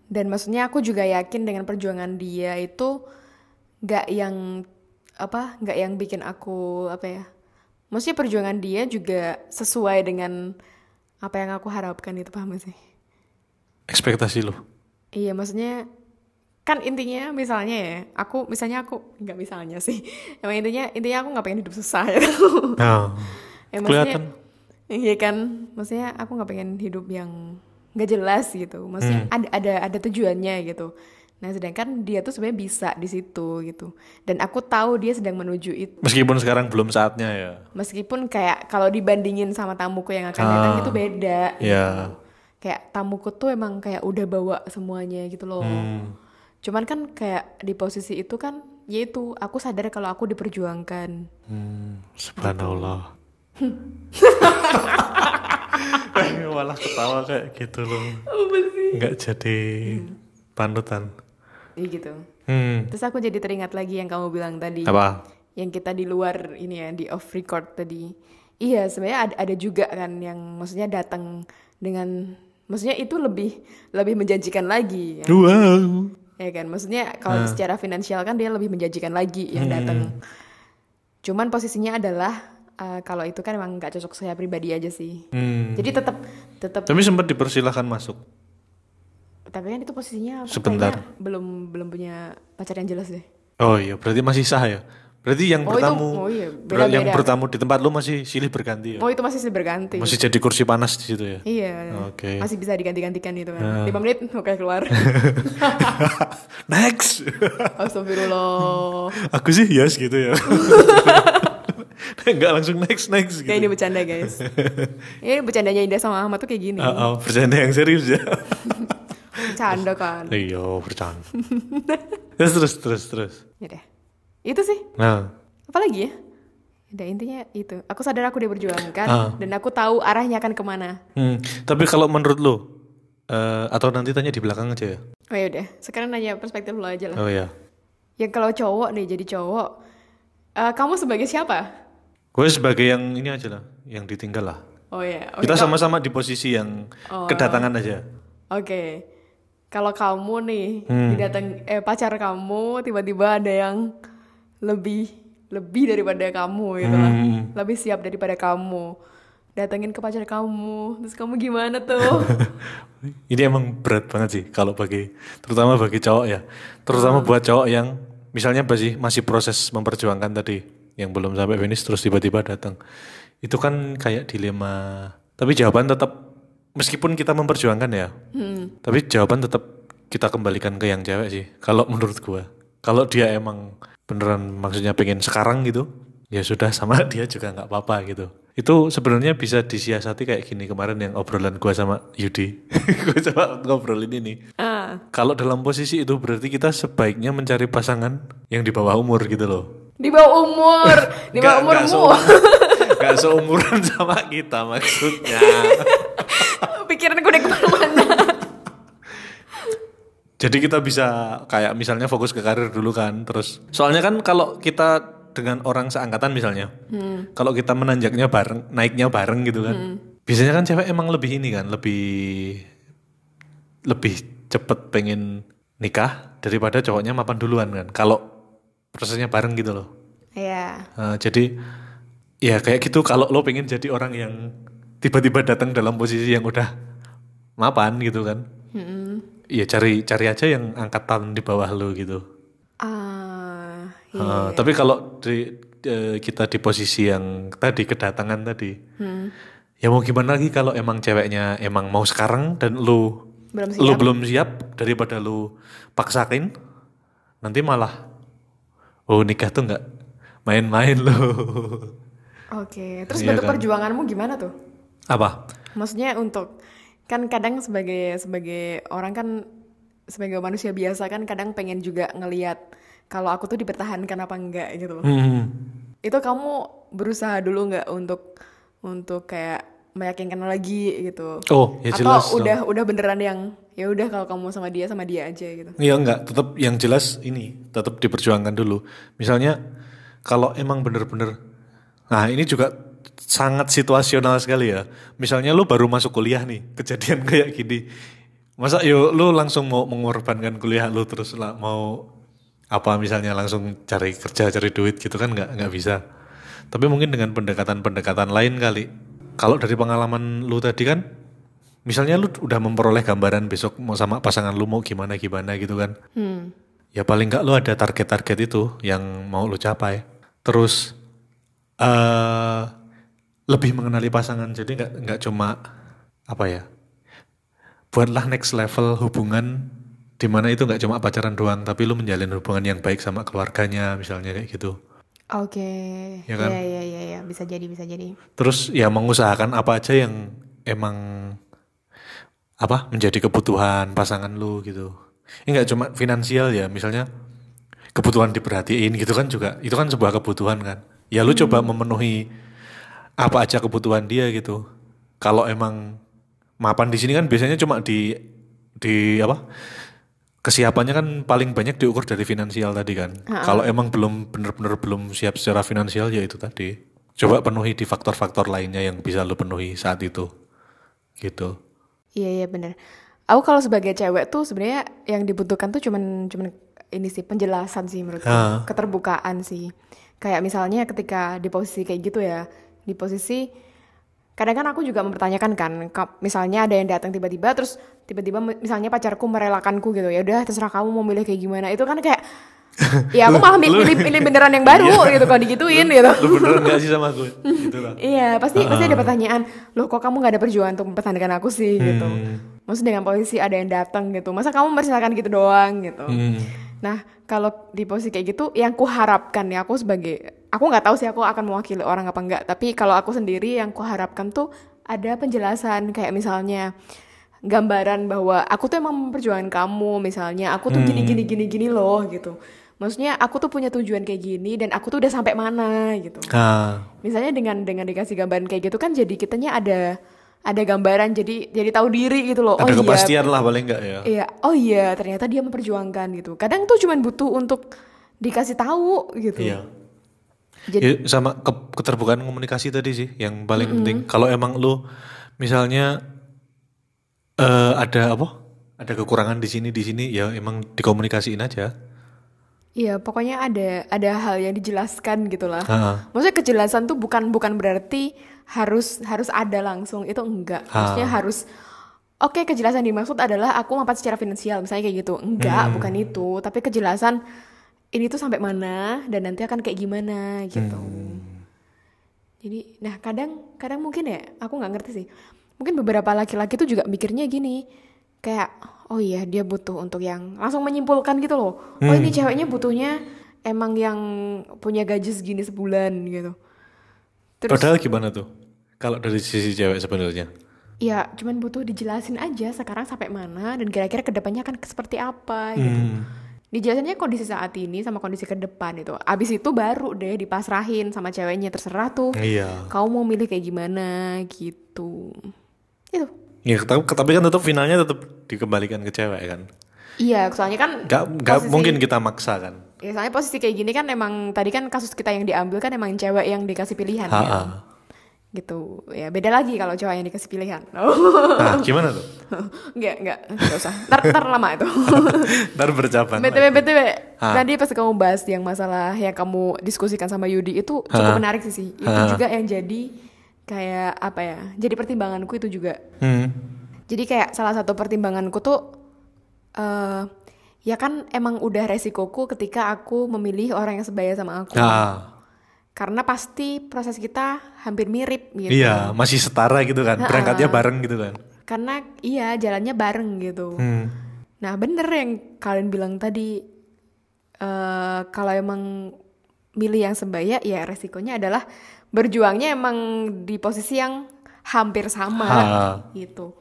Speaker 1: Dan maksudnya aku juga yakin dengan perjuangan dia itu nggak yang apa nggak yang bikin aku apa ya maksudnya perjuangan dia juga sesuai dengan apa yang aku harapkan itu paham gak sih
Speaker 2: Ekspektasi lu.
Speaker 1: Iya, maksudnya kan intinya misalnya ya, aku misalnya aku nggak misalnya sih. *laughs* Emang intinya intinya aku nggak pengen hidup susah *laughs* ya.
Speaker 2: Nah.
Speaker 1: ya maksudnya
Speaker 2: Kelihatan.
Speaker 1: iya kan, maksudnya aku nggak pengen hidup yang nggak jelas gitu. Maksudnya
Speaker 2: Hmm.
Speaker 1: ada ada ada tujuannya gitu. Nah, sedangkan dia tuh sebenarnya bisa di situ gitu. Dan aku tahu dia sedang menuju itu.
Speaker 2: Meskipun sekarang belum saatnya ya.
Speaker 1: Meskipun kayak kalau dibandingin sama tamuku yang akan datang
Speaker 2: Ah,
Speaker 1: itu beda
Speaker 2: iya.
Speaker 1: gitu. Kayak tamuku tuh emang kayak udah bawa semuanya gitu loh.
Speaker 2: Hmm.
Speaker 1: Cuman kan kayak di posisi itu kan yaitu aku sadar kalau aku diperjuangkan.
Speaker 2: Hmm, subhanallah. Eh, *laughs* Malah ketawa kayak gitu loh. Nggak jadi panutan.
Speaker 1: Ya gitu.
Speaker 2: Hmm.
Speaker 1: Terus aku jadi teringat lagi yang kamu bilang tadi.
Speaker 2: Apa?
Speaker 1: Yang kita di luar ini ya, di off record tadi. Iya, sebenarnya ada, ada juga kan yang maksudnya datang dengan maksudnya itu lebih lebih menjanjikan lagi. ya.
Speaker 2: Wow.
Speaker 1: ya kan maksudnya kalau
Speaker 2: Nah.
Speaker 1: secara finansial kan dia lebih menjanjikan lagi
Speaker 2: Hmm.
Speaker 1: yang datang cuman posisinya adalah eh, kalau itu kan emang nggak cocok saya pribadi aja sih
Speaker 2: Hmm.
Speaker 1: jadi tetap tetap
Speaker 2: Tapi sempat dipersilahkan masuk.
Speaker 1: tapi kan itu posisinya aku
Speaker 2: Sebentar.
Speaker 1: kayaknya belum belum punya pacar yang jelas deh
Speaker 2: Oh iya, berarti masih sah ya. Berarti yang
Speaker 1: Oh, itu-
Speaker 2: bertamu,
Speaker 1: oh iya,
Speaker 2: ber- yang
Speaker 1: beda-beda.
Speaker 2: bertamu di tempat lu masih silih berganti ya.
Speaker 1: oh itu masih silih berganti
Speaker 2: Masih jadi kursi panas di situ ya.
Speaker 1: iya
Speaker 2: Oke. Ah.
Speaker 1: masih bisa diganti-gantikan itu kan lima menit oke
Speaker 2: *laughs*
Speaker 1: keluar
Speaker 2: *laughs* Next. *laughs*
Speaker 1: Astagfirullah
Speaker 2: Aku sih yes gitu
Speaker 1: *laughs*
Speaker 2: ya. Nah, Enggak langsung next next gitu.
Speaker 1: ya ini bercanda
Speaker 2: *laughs*
Speaker 1: guys ini bercandanya Indah sama Ahmad tuh kayak gini
Speaker 2: Ah, ah, bercanda yang serius ya. *laughs*
Speaker 1: bercanda kan
Speaker 2: Iya, bercanda.
Speaker 1: *laughs*
Speaker 2: terus terus terus terus.
Speaker 1: ya deh itu sih
Speaker 2: Nah,
Speaker 1: apalagi ya udah intinya itu aku sadar aku diperjuangkan
Speaker 2: Ah.
Speaker 1: dan aku tahu arahnya akan kemana
Speaker 2: hmm, tapi kalau menurut lo eh, atau nanti tanya di belakang aja ya.
Speaker 1: oh ya udah sekarang nanya perspektif lo aja lah
Speaker 2: Oh ya.
Speaker 1: yang kalau cowok nih jadi cowok eh, kamu sebagai siapa
Speaker 2: Gue sebagai yang ini aja lah, yang ditinggal lah.
Speaker 1: oh ya oke
Speaker 2: Kita
Speaker 1: kau-
Speaker 2: sama-sama di posisi yang kedatangan aja.
Speaker 1: oke kalau kamu nih
Speaker 2: Hmm.
Speaker 1: didatang eh pacar kamu tiba-tiba ada yang lebih lebih daripada kamu gitu lah
Speaker 2: Hmm.
Speaker 1: lebih siap daripada kamu datengin ke pacar kamu terus kamu gimana
Speaker 2: *laughs*
Speaker 1: tuh
Speaker 2: Ini emang berat banget sih kalau bagi terutama bagi cowok ya. Terutama buat cowok yang misalnya masih masih proses memperjuangkan tadi yang belum sampai finish terus tiba-tiba datang. Itu kan kayak dilema. Tapi jawaban tetap meskipun kita memperjuangkan ya. Tapi jawaban tetap kita kembalikan ke yang cewek sih kalau menurut gua. Kalau dia emang beneran maksudnya pengen sekarang gitu, ya sudah sama *laughs* dia juga nggak apa-apa gitu itu sebenarnya bisa disiasati kayak gini kemarin yang obrolan gua sama Yudi *laughs* gua coba ngobrolin ini
Speaker 1: Ah,
Speaker 2: kalau dalam posisi itu berarti kita sebaiknya mencari pasangan yang di bawah umur gitu loh
Speaker 1: di bawah umur, di bawah
Speaker 2: Nggak- nggak
Speaker 1: umurmu.
Speaker 2: seumuran- nggak seumuran sama kita maksudnya
Speaker 1: *laughs* Pikiran gue udah kemana-mana.
Speaker 2: jadi kita bisa kayak misalnya fokus ke karir dulu kan terus soalnya kan kalau kita dengan orang seangkatan misalnya kalau kita menanjaknya bareng naiknya bareng gitu kan biasanya kan cewek emang lebih ini kan lebih lebih cepet pengen nikah daripada cowoknya mapan duluan kan kalau prosesnya bareng gitu loh
Speaker 1: Iya.
Speaker 2: Nah, jadi ya kayak gitu kalau lo pengen jadi orang yang tiba-tiba datang dalam posisi yang udah mapan gitu kan. Ya cari cari aja yang angkatan di bawah lo gitu.
Speaker 1: Ah, iya.
Speaker 2: Nah, tapi kalau di, eh, kita di posisi yang tadi kedatangan tadi.
Speaker 1: Hmm.
Speaker 2: Ya mau gimana lagi kalau emang ceweknya emang mau sekarang dan lo
Speaker 1: Belum
Speaker 2: lo
Speaker 1: siap.
Speaker 2: belum siap daripada lo paksain nanti malah oh nikah tuh nggak main-main lo.
Speaker 1: Oke, terus
Speaker 2: Iya
Speaker 1: bentuk
Speaker 2: kan?
Speaker 1: perjuanganmu gimana tuh?
Speaker 2: *laughs* apa
Speaker 1: Maksudnya untuk kan kadang sebagai sebagai orang kan sebagai manusia biasa kan kadang pengen juga ngeliat kalau aku tuh dipertahankan apa enggak gitu loh.
Speaker 2: hmm.
Speaker 1: Itu kamu berusaha dulu nggak untuk untuk kayak meyakinkan lagi gitu.
Speaker 2: oh ya
Speaker 1: Atau
Speaker 2: jelas dong.
Speaker 1: udah udah beneran yang ya udah kalau kamu sama dia sama dia aja gitu.
Speaker 2: Iya enggak, tetap yang jelas ini tetap diperjuangkan dulu. Misalnya kalau emang bener-bener, nah ini juga sangat situasional sekali ya. Misalnya lu baru masuk kuliah nih, kejadian *laughs* kayak gini, masa yo lu langsung mau mengorbankan kuliah lu terus lah mau apa misalnya langsung cari kerja cari duit gitu kan nggak nggak bisa. Tapi mungkin dengan pendekatan-pendekatan lain kali. Kalau dari pengalaman lu tadi kan Misalnya lu udah memperoleh gambaran besok mau sama pasangan lu mau gimana gimana gitu kan.
Speaker 1: Hmm.
Speaker 2: Ya paling nggak lu ada target-target itu yang mau lu capai. Terus eh lebih mengenali pasangan. Jadi nggak nggak cuma apa ya? Buatlah next level hubungan di mana itu nggak cuma pacaran doang, tapi lu menjalin hubungan yang baik sama keluarganya misalnya kayak gitu.
Speaker 1: Oke.
Speaker 2: Iya kan?
Speaker 1: Iya iya iya iya. bisa jadi bisa jadi.
Speaker 2: Terus ya mengusahakan apa aja yang emang apa menjadi kebutuhan pasangan lu gitu. Ini nggak cuma finansial ya, misalnya kebutuhan diperhatiin gitu kan juga. Itu kan sebuah kebutuhan kan. Ya lu coba memenuhi apa aja kebutuhan dia gitu. Kalau emang mapan di sini kan biasanya cuma di di apa? Kesiapannya kan paling banyak diukur dari finansial tadi kan. Kalau emang belum bener-bener belum siap secara finansial ya itu tadi. Coba penuhi di faktor-faktor lainnya yang bisa lu penuhi saat itu. Gitu.
Speaker 1: Iya iya bener. Aku kalau sebagai cewek tuh sebenarnya yang dibutuhkan tuh cuman cuman ini sih penjelasan sih menurutku,
Speaker 2: Ah.
Speaker 1: keterbukaan sih. Kayak misalnya ketika di posisi kayak gitu ya, di posisi kadang kan aku juga mempertanyakan kan, ka- misalnya ada yang datang tiba-tiba terus tiba-tiba mi- misalnya pacarku merelakanku gitu ya, udah terserah kamu mau milih kayak gimana. Itu kan
Speaker 2: *laughs*
Speaker 1: kayak ya aku
Speaker 2: Lu-
Speaker 1: malah mi-
Speaker 2: lu- Iya.
Speaker 1: milih pilih beneran yang
Speaker 2: *laughs*
Speaker 1: baru gitu kalau digituin gitu.
Speaker 2: Lu bener gak sih sama
Speaker 1: *laughs*
Speaker 2: gue? Gitu lah.
Speaker 1: Iya, pasti pasti ada pertanyaan. Loh kok kamu nggak ada perjuangan untuk mempertahankan aku sih gitu. Maksudnya dengan posisi ada yang datang gitu. Masa kamu mempersilahkan gitu doang gitu.
Speaker 2: Hmm.
Speaker 1: Nah, kalau di posisi kayak gitu yang kuharapkan ya aku sebagai aku nggak tahu sih aku akan mewakili orang apa enggak, tapi kalau aku sendiri yang kuharapkan tuh ada penjelasan kayak misalnya gambaran bahwa aku tuh emang memperjuangkan kamu misalnya aku tuh gini gini gini gini loh gitu. Maksudnya aku tuh punya tujuan kayak gini dan aku tuh udah sampai mana gitu
Speaker 2: Ah,
Speaker 1: misalnya dengan dengan dikasih gambaran kayak gitu kan jadi kitanya ada ada gambaran jadi jadi tahu diri gitu loh oh
Speaker 2: ada
Speaker 1: iya
Speaker 2: kepastian lah paling enggak ya.
Speaker 1: iya oh iya ternyata dia memperjuangkan gitu kadang tuh cuman butuh untuk dikasih tahu gitu
Speaker 2: Iya.
Speaker 1: jadi
Speaker 2: Ya, sama ke- keterbukaan komunikasi tadi sih yang paling penting. Kalau emang lu misalnya eh ada apa? Ada kekurangan di sini di sini ya emang dikomunikasiin aja.
Speaker 1: iya pokoknya ada ada hal yang dijelaskan gitu gitulah
Speaker 2: Ah.
Speaker 1: maksudnya kejelasan tuh bukan bukan berarti harus harus ada langsung itu enggak maksudnya harus Oke, kejelasan dimaksud adalah aku mapan secara finansial, misalnya kayak gitu. Enggak, bukan itu. Tapi kejelasan ini tuh sampai mana dan nanti akan kayak gimana gitu. Jadi, nah kadang kadang mungkin ya, aku nggak ngerti sih. Mungkin beberapa laki-laki tuh juga mikirnya gini,
Speaker 2: Hmm.
Speaker 1: kayak oh iya dia butuh untuk yang langsung menyimpulkan gitu loh. Oh ini ceweknya butuhnya emang yang punya gaji segini sebulan gitu. Terus
Speaker 2: Padahal gimana tuh? Kalau dari sisi cewek sebenarnya.
Speaker 1: ya cuman butuh dijelasin aja sekarang sampai mana dan kira-kira kedepannya akan seperti apa gitu.
Speaker 2: Hmm.
Speaker 1: Dijelasinnya kondisi saat ini sama kondisi ke depan itu. Abis itu baru deh dipasrahin sama ceweknya terserah tuh.
Speaker 2: Iya.
Speaker 1: Kau mau milih kayak gimana gitu. Itu.
Speaker 2: Ya, tapi, tapi kan tetap finalnya tetap dikembalikan ke cewek kan.
Speaker 1: Iya, soalnya kan
Speaker 2: Gak, gak
Speaker 1: posisi-
Speaker 2: mungkin kita maksa kan.
Speaker 1: Ya, soalnya posisi kayak gini kan emang tadi kan kasus kita yang diambil kan emang cewek yang dikasih pilihan
Speaker 2: Ha-ha.
Speaker 1: kan. Gitu. Ya beda lagi kalau cowok yang dikasih pilihan. *laughs*
Speaker 2: Nah, gimana tuh?
Speaker 1: Enggak, enggak, enggak usah. Ntar, ntar lama itu.
Speaker 2: Ntar bercabang.
Speaker 1: BTW, BTW.
Speaker 2: Ah.
Speaker 1: Tadi pas kamu bahas yang masalah yang kamu diskusikan sama Yudi itu cukup
Speaker 2: Ah.
Speaker 1: menarik sih. sih. Itu
Speaker 2: Ah.
Speaker 1: juga yang jadi kayak apa ya? Jadi pertimbanganku itu juga.
Speaker 2: Hmm.
Speaker 1: Jadi kayak salah satu pertimbanganku tuh eh ya kan emang udah resikoku ketika aku memilih orang yang sebaya sama aku.
Speaker 2: Ah,
Speaker 1: Karena pasti proses kita hampir mirip gitu.
Speaker 2: Iya, masih setara gitu kan. Berangkatnya bareng gitu kan.
Speaker 1: Karena iya jalannya bareng gitu.
Speaker 2: Hmm.
Speaker 1: Nah bener yang kalian bilang tadi eh kalau emang milih yang sebaya ya resikonya adalah berjuangnya emang di posisi yang hampir sama
Speaker 2: Ah.
Speaker 1: gitu.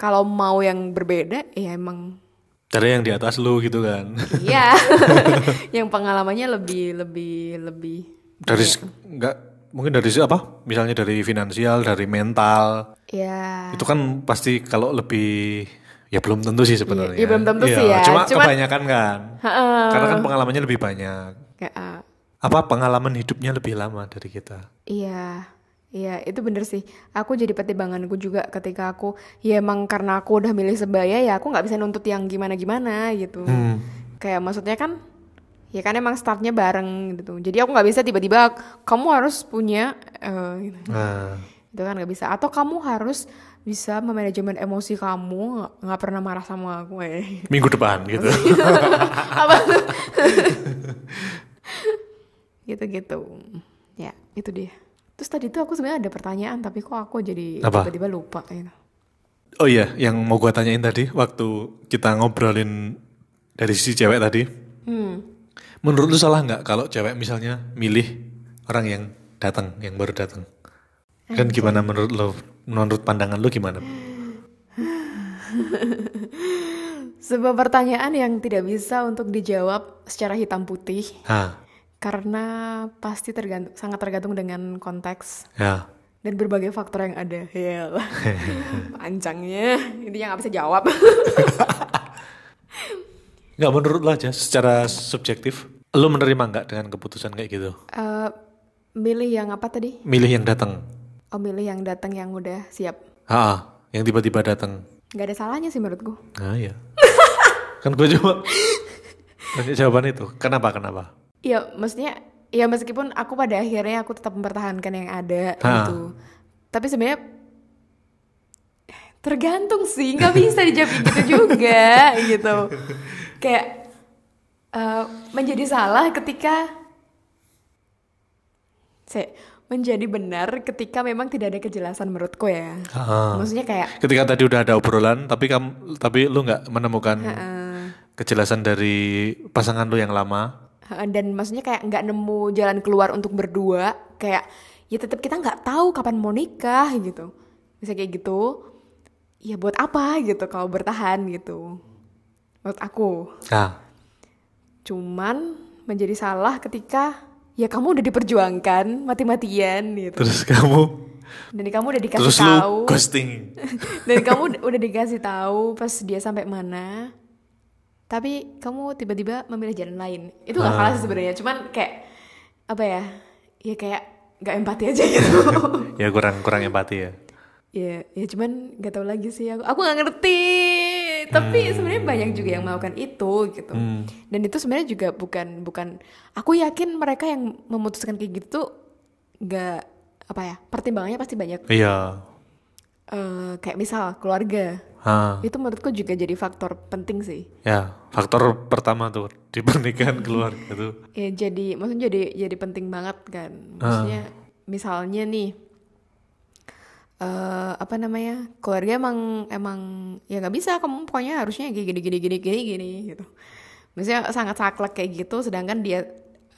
Speaker 1: Kalau mau yang berbeda ya emang
Speaker 2: Dari yang di atas lu gitu
Speaker 1: *laughs*
Speaker 2: kan.
Speaker 1: iya yang pengalamannya lebih lebih lebih
Speaker 2: Dari s- nggak mungkin dari si- apa? Misalnya dari finansial, dari mental.
Speaker 1: ya
Speaker 2: Itu kan pasti kalau lebih ya belum tentu sih sebenarnya.
Speaker 1: Iya, iya, belum tentu
Speaker 2: Iya,
Speaker 1: sih ya.
Speaker 2: Cuma
Speaker 1: Cuman-
Speaker 2: kebanyakan kan.
Speaker 1: Ha-ha.
Speaker 2: Karena kan pengalamannya lebih banyak.
Speaker 1: kayak ah,
Speaker 2: Apa pengalaman hidupnya lebih lama dari kita?
Speaker 1: Iya, iya itu bener sih. Aku jadi pertimbanganku juga ketika aku, ya emang karena aku udah milih sebaya ya aku nggak bisa nuntut yang gimana-gimana gitu.
Speaker 2: Hmm.
Speaker 1: Kayak maksudnya kan, ya kan emang startnya bareng gitu. Jadi aku nggak bisa tiba-tiba kamu harus punya, eh, gitu.
Speaker 2: Nah,
Speaker 1: itu kan nggak bisa. Atau kamu harus bisa memanajemen emosi kamu nggak- nggak pernah marah sama aku. eh.
Speaker 2: minggu depan
Speaker 1: *laughs*
Speaker 2: gitu.
Speaker 1: Apa tuh? *laughs* Gitu-gitu. Ya, itu dia. Terus tadi tuh aku sebenarnya ada pertanyaan tapi kok aku jadi
Speaker 2: Apa?
Speaker 1: tiba-tiba lupa gitu.
Speaker 2: Oh iya, yang mau gua tanyain tadi waktu kita ngobrolin dari sisi cewek tadi.
Speaker 1: Hmm.
Speaker 2: Menurut lu salah nggak kalau cewek misalnya milih orang yang datang, yang baru datang? Kan gimana menurut lu? Menurut pandangan lu gimana?
Speaker 1: Sebuah pertanyaan yang tidak bisa untuk dijawab secara hitam putih
Speaker 2: Hah,
Speaker 1: karena pasti tergantung sangat tergantung dengan konteks
Speaker 2: ya.
Speaker 1: dan berbagai faktor yang ada. Yalah. Panjangnya, intinya nggak bisa jawab. *laughs*
Speaker 2: Nggak menurut lu aja secara subjektif. Lu menerima nggak dengan keputusan kayak gitu?
Speaker 1: Eh, milih yang apa tadi?
Speaker 2: Milih yang datang.
Speaker 1: Oh, milih yang datang yang udah siap.
Speaker 2: Ah, yang tiba-tiba datang.
Speaker 1: Nggak ada salahnya sih menurutku.
Speaker 2: Ah ya. kan gua cuma tanya jawaban itu. Kenapa? Kenapa?
Speaker 1: Iya, maksudnya ya meskipun aku pada akhirnya aku tetap mempertahankan yang ada
Speaker 2: Ha.
Speaker 1: gitu. Tapi sebenarnya tergantung sih, nggak bisa dijawab kayak gitu juga gitu. Kayak eh, menjadi salah ketika Se, menjadi benar ketika memang tidak ada kejelasan menurutku ya.
Speaker 2: Ah.
Speaker 1: Maksudnya kayak
Speaker 2: ketika tadi udah ada obrolan tapi kamu tapi lu nggak menemukan
Speaker 1: eh,
Speaker 2: kejelasan dari pasangan lu yang lama
Speaker 1: Heeh, dan maksudnya kayak nggak nemu jalan keluar untuk berdua kayak ya tetap kita nggak tahu kapan mau nikah gitu bisa kayak gitu ya buat apa gitu kalau bertahan gitu menurut aku
Speaker 2: nah
Speaker 1: cuman menjadi salah ketika ya kamu udah diperjuangkan mati-matian gitu
Speaker 2: terus kamu
Speaker 1: dan kamu udah dikasih
Speaker 2: terus
Speaker 1: tahu
Speaker 2: lu ghosting
Speaker 1: dan kamu ud- udah dikasih tahu pas dia sampai mana tapi kamu tiba-tiba memilih jalan lain itu gak salah sih sebenarnya cuman kayak apa ya ya kayak gak empati aja gitu
Speaker 2: ya kurang kurang empati ya
Speaker 1: ya ya cuman gak tahu lagi sih aku aku nggak ngerti tapi sebenarnya banyak juga yang melakukan itu gitu dan itu sebenarnya juga bukan bukan aku yakin mereka yang memutuskan kayak gitu tuh nggak apa ya pertimbangannya pasti banyak
Speaker 2: iya
Speaker 1: Eh, kayak misal keluarga
Speaker 2: ah
Speaker 1: itu menurutku juga jadi faktor penting sih
Speaker 2: ya faktor pertama tuh di pernikahan keluarga tuh
Speaker 1: ya jadi maksudnya jadi jadi penting banget kan maksudnya misalnya nih eh apa namanya keluarga emang emang ya nggak bisa kamu pokoknya harusnya kayak gini gini gini gini gini gitu Maksudnya sangat saklek kayak gitu, sedangkan dia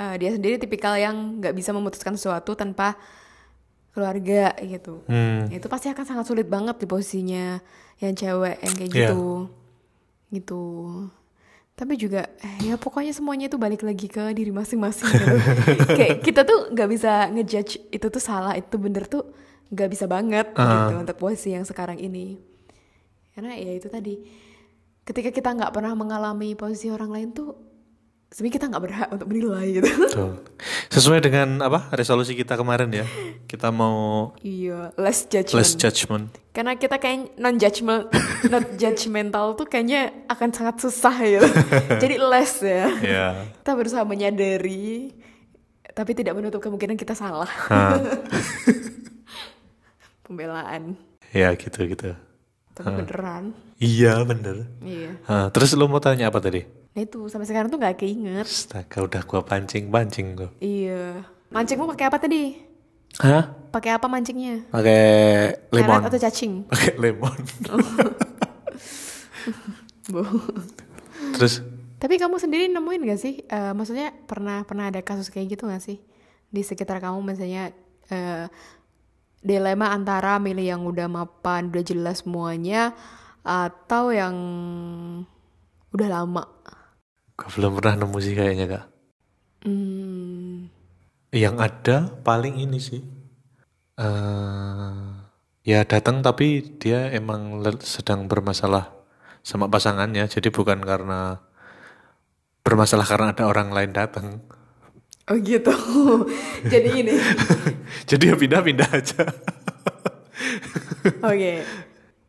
Speaker 1: eh, dia sendiri tipikal yang nggak bisa memutuskan sesuatu tanpa keluarga gitu.
Speaker 2: Hmm.
Speaker 1: Itu pasti akan sangat sulit banget di posisinya yang cewek yang kayak
Speaker 2: Iya.
Speaker 1: gitu. Gitu. Tapi juga eh, ya pokoknya semuanya itu balik lagi ke diri masing-masing gitu.
Speaker 2: *laughs*
Speaker 1: Kayak kita tuh nggak bisa ngejudge itu tuh salah, itu bener tuh nggak bisa banget
Speaker 2: Ah.
Speaker 1: gitu untuk posisi yang sekarang ini. Karena ya itu tadi ketika kita nggak pernah mengalami posisi orang lain tuh sebenarnya kita nggak berhak untuk menilai gitu. *laughs*
Speaker 2: Betul. Sesuai dengan apa resolusi kita kemarin ya. Kita mau
Speaker 1: Iya, less judgment.
Speaker 2: less judgment.
Speaker 1: Karena kita kayak non judgment, not judgmental tuh kayaknya akan sangat susah ya. Jadi less ya.
Speaker 2: Ya.
Speaker 1: Kita berusaha menyadari, tapi tidak menutup kemungkinan kita salah. Pembelaan,
Speaker 2: Ya gitu gitu.
Speaker 1: tapi beneran.
Speaker 2: Iya bener.
Speaker 1: Iya.
Speaker 2: Ah, terus lu mau tanya apa tadi?
Speaker 1: Nah itu sampai sekarang tuh nggak keinget.
Speaker 2: Astaga udah gua pancing pancing gua.
Speaker 1: Iya. Mancingmu pakai apa tadi?
Speaker 2: Hah?
Speaker 1: Pakai apa mancingnya?
Speaker 2: Pakai lemon.
Speaker 1: Karet atau cacing?
Speaker 2: Pakai lemon.
Speaker 1: Bu.
Speaker 2: terus
Speaker 1: Tapi kamu sendiri nemuin gak sih? Eh, maksudnya pernah pernah ada kasus kayak gitu gak sih? Di sekitar kamu misalnya eh, dilema antara milih yang udah mapan, udah jelas semuanya atau yang udah lama.
Speaker 2: gua belum pernah nemu sih kayaknya kak.
Speaker 1: Hmm,
Speaker 2: Yang ada paling ini sih. eh ya datang tapi dia emang le- sedang bermasalah sama pasangannya. Jadi bukan karena bermasalah karena ada orang lain datang. *laughs*
Speaker 1: Oh gitu. *laughs* Jadi ini.
Speaker 2: Jadi ya pindah-pindah aja.
Speaker 1: Oke.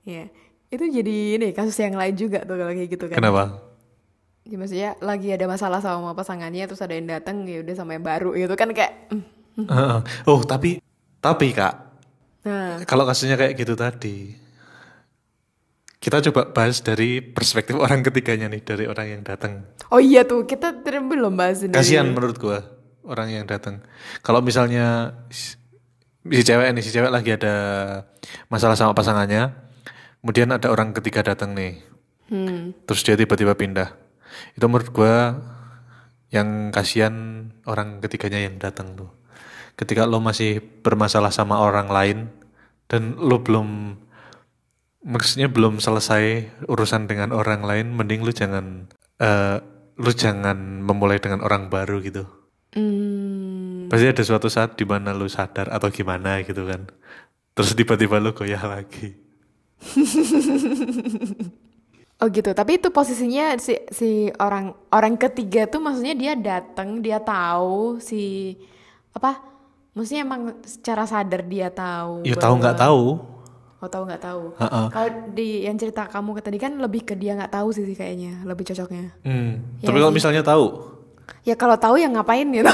Speaker 1: Ya. Itu jadi ini kasus yang lain juga tuh kalau kayak gitu kan.
Speaker 2: Kenapa?
Speaker 1: Ya, maksudnya lagi ada masalah sama pasangannya terus ada yang datang ya udah sama yang baru gitu kan kayak mm.
Speaker 2: Heeh. oh tapi tapi kak
Speaker 1: nah
Speaker 2: kalau kasusnya kayak gitu tadi kita coba bahas dari perspektif orang ketiganya nih dari orang yang datang.
Speaker 1: Oh iya tuh, kita ter- belum bahas ini.
Speaker 2: Kasihan menurut gua orang yang datang. Kalau misalnya si si cewek nih, si cewek lagi ada masalah sama pasangannya, kemudian ada orang ketiga datang nih,
Speaker 1: Hmm.
Speaker 2: terus dia tiba-tiba pindah. Itu menurut gua yang kasihan orang ketiganya yang datang tuh. Ketika lo masih bermasalah sama orang lain dan lo belum maksudnya belum selesai urusan dengan orang lain, mending lu jangan eh lu jangan memulai dengan orang baru gitu.
Speaker 1: Hmm.
Speaker 2: Pasti ada suatu saat di mana lu sadar atau gimana gitu kan. Terus tiba-tiba lu goyah lagi.
Speaker 1: Oh gitu, tapi itu posisinya si si orang orang ketiga tuh maksudnya dia datang, dia tahu si apa? Maksudnya emang secara sadar dia tahu.
Speaker 2: Ya tahu nggak
Speaker 1: bahwa-
Speaker 2: tahu?
Speaker 1: Oh tahu nggak tahu.
Speaker 2: Ha-ha.
Speaker 1: Kalau di yang cerita kamu ke tadi kan lebih ke dia nggak tahu sih, sih kayaknya, lebih cocoknya.
Speaker 2: Hmm.
Speaker 1: Ya
Speaker 2: Tapi kalau
Speaker 1: sih.
Speaker 2: misalnya tahu,
Speaker 1: Ya kalau tahu ya ngapain gitu.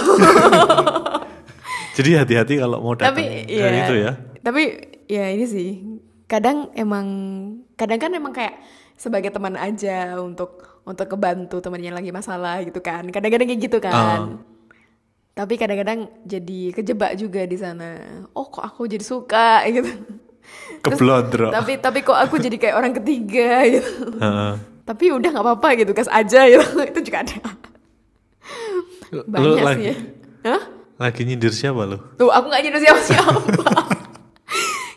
Speaker 2: jadi hati-hati kalau mau datang
Speaker 1: tapi
Speaker 2: ke
Speaker 1: ya,
Speaker 2: itu ya.
Speaker 1: tapi ya ini sih kadang emang kadang kan emang kayak sebagai teman aja untuk untuk kebantu temannya yang lagi masalah gitu kan kadang-kadang kayak gitu
Speaker 2: Ah.
Speaker 1: kan tapi kadang-kadang jadi kejebak juga di sana oh kok aku jadi suka *laughs* gitu Terus,
Speaker 2: Keblondro.
Speaker 1: tapi tapi kok aku jadi kayak orang ketiga *laughs* gitu
Speaker 2: Heeh.
Speaker 1: tapi udah nggak apa-apa gitu kas aja gitu *laughs* itu juga ada
Speaker 2: Lu- lu
Speaker 1: banyak sih
Speaker 2: lagi
Speaker 1: ya. Hah?
Speaker 2: lagi nyindir siapa lu?
Speaker 1: tuh aku nggak nyindir siapa-siapa
Speaker 2: *laughs*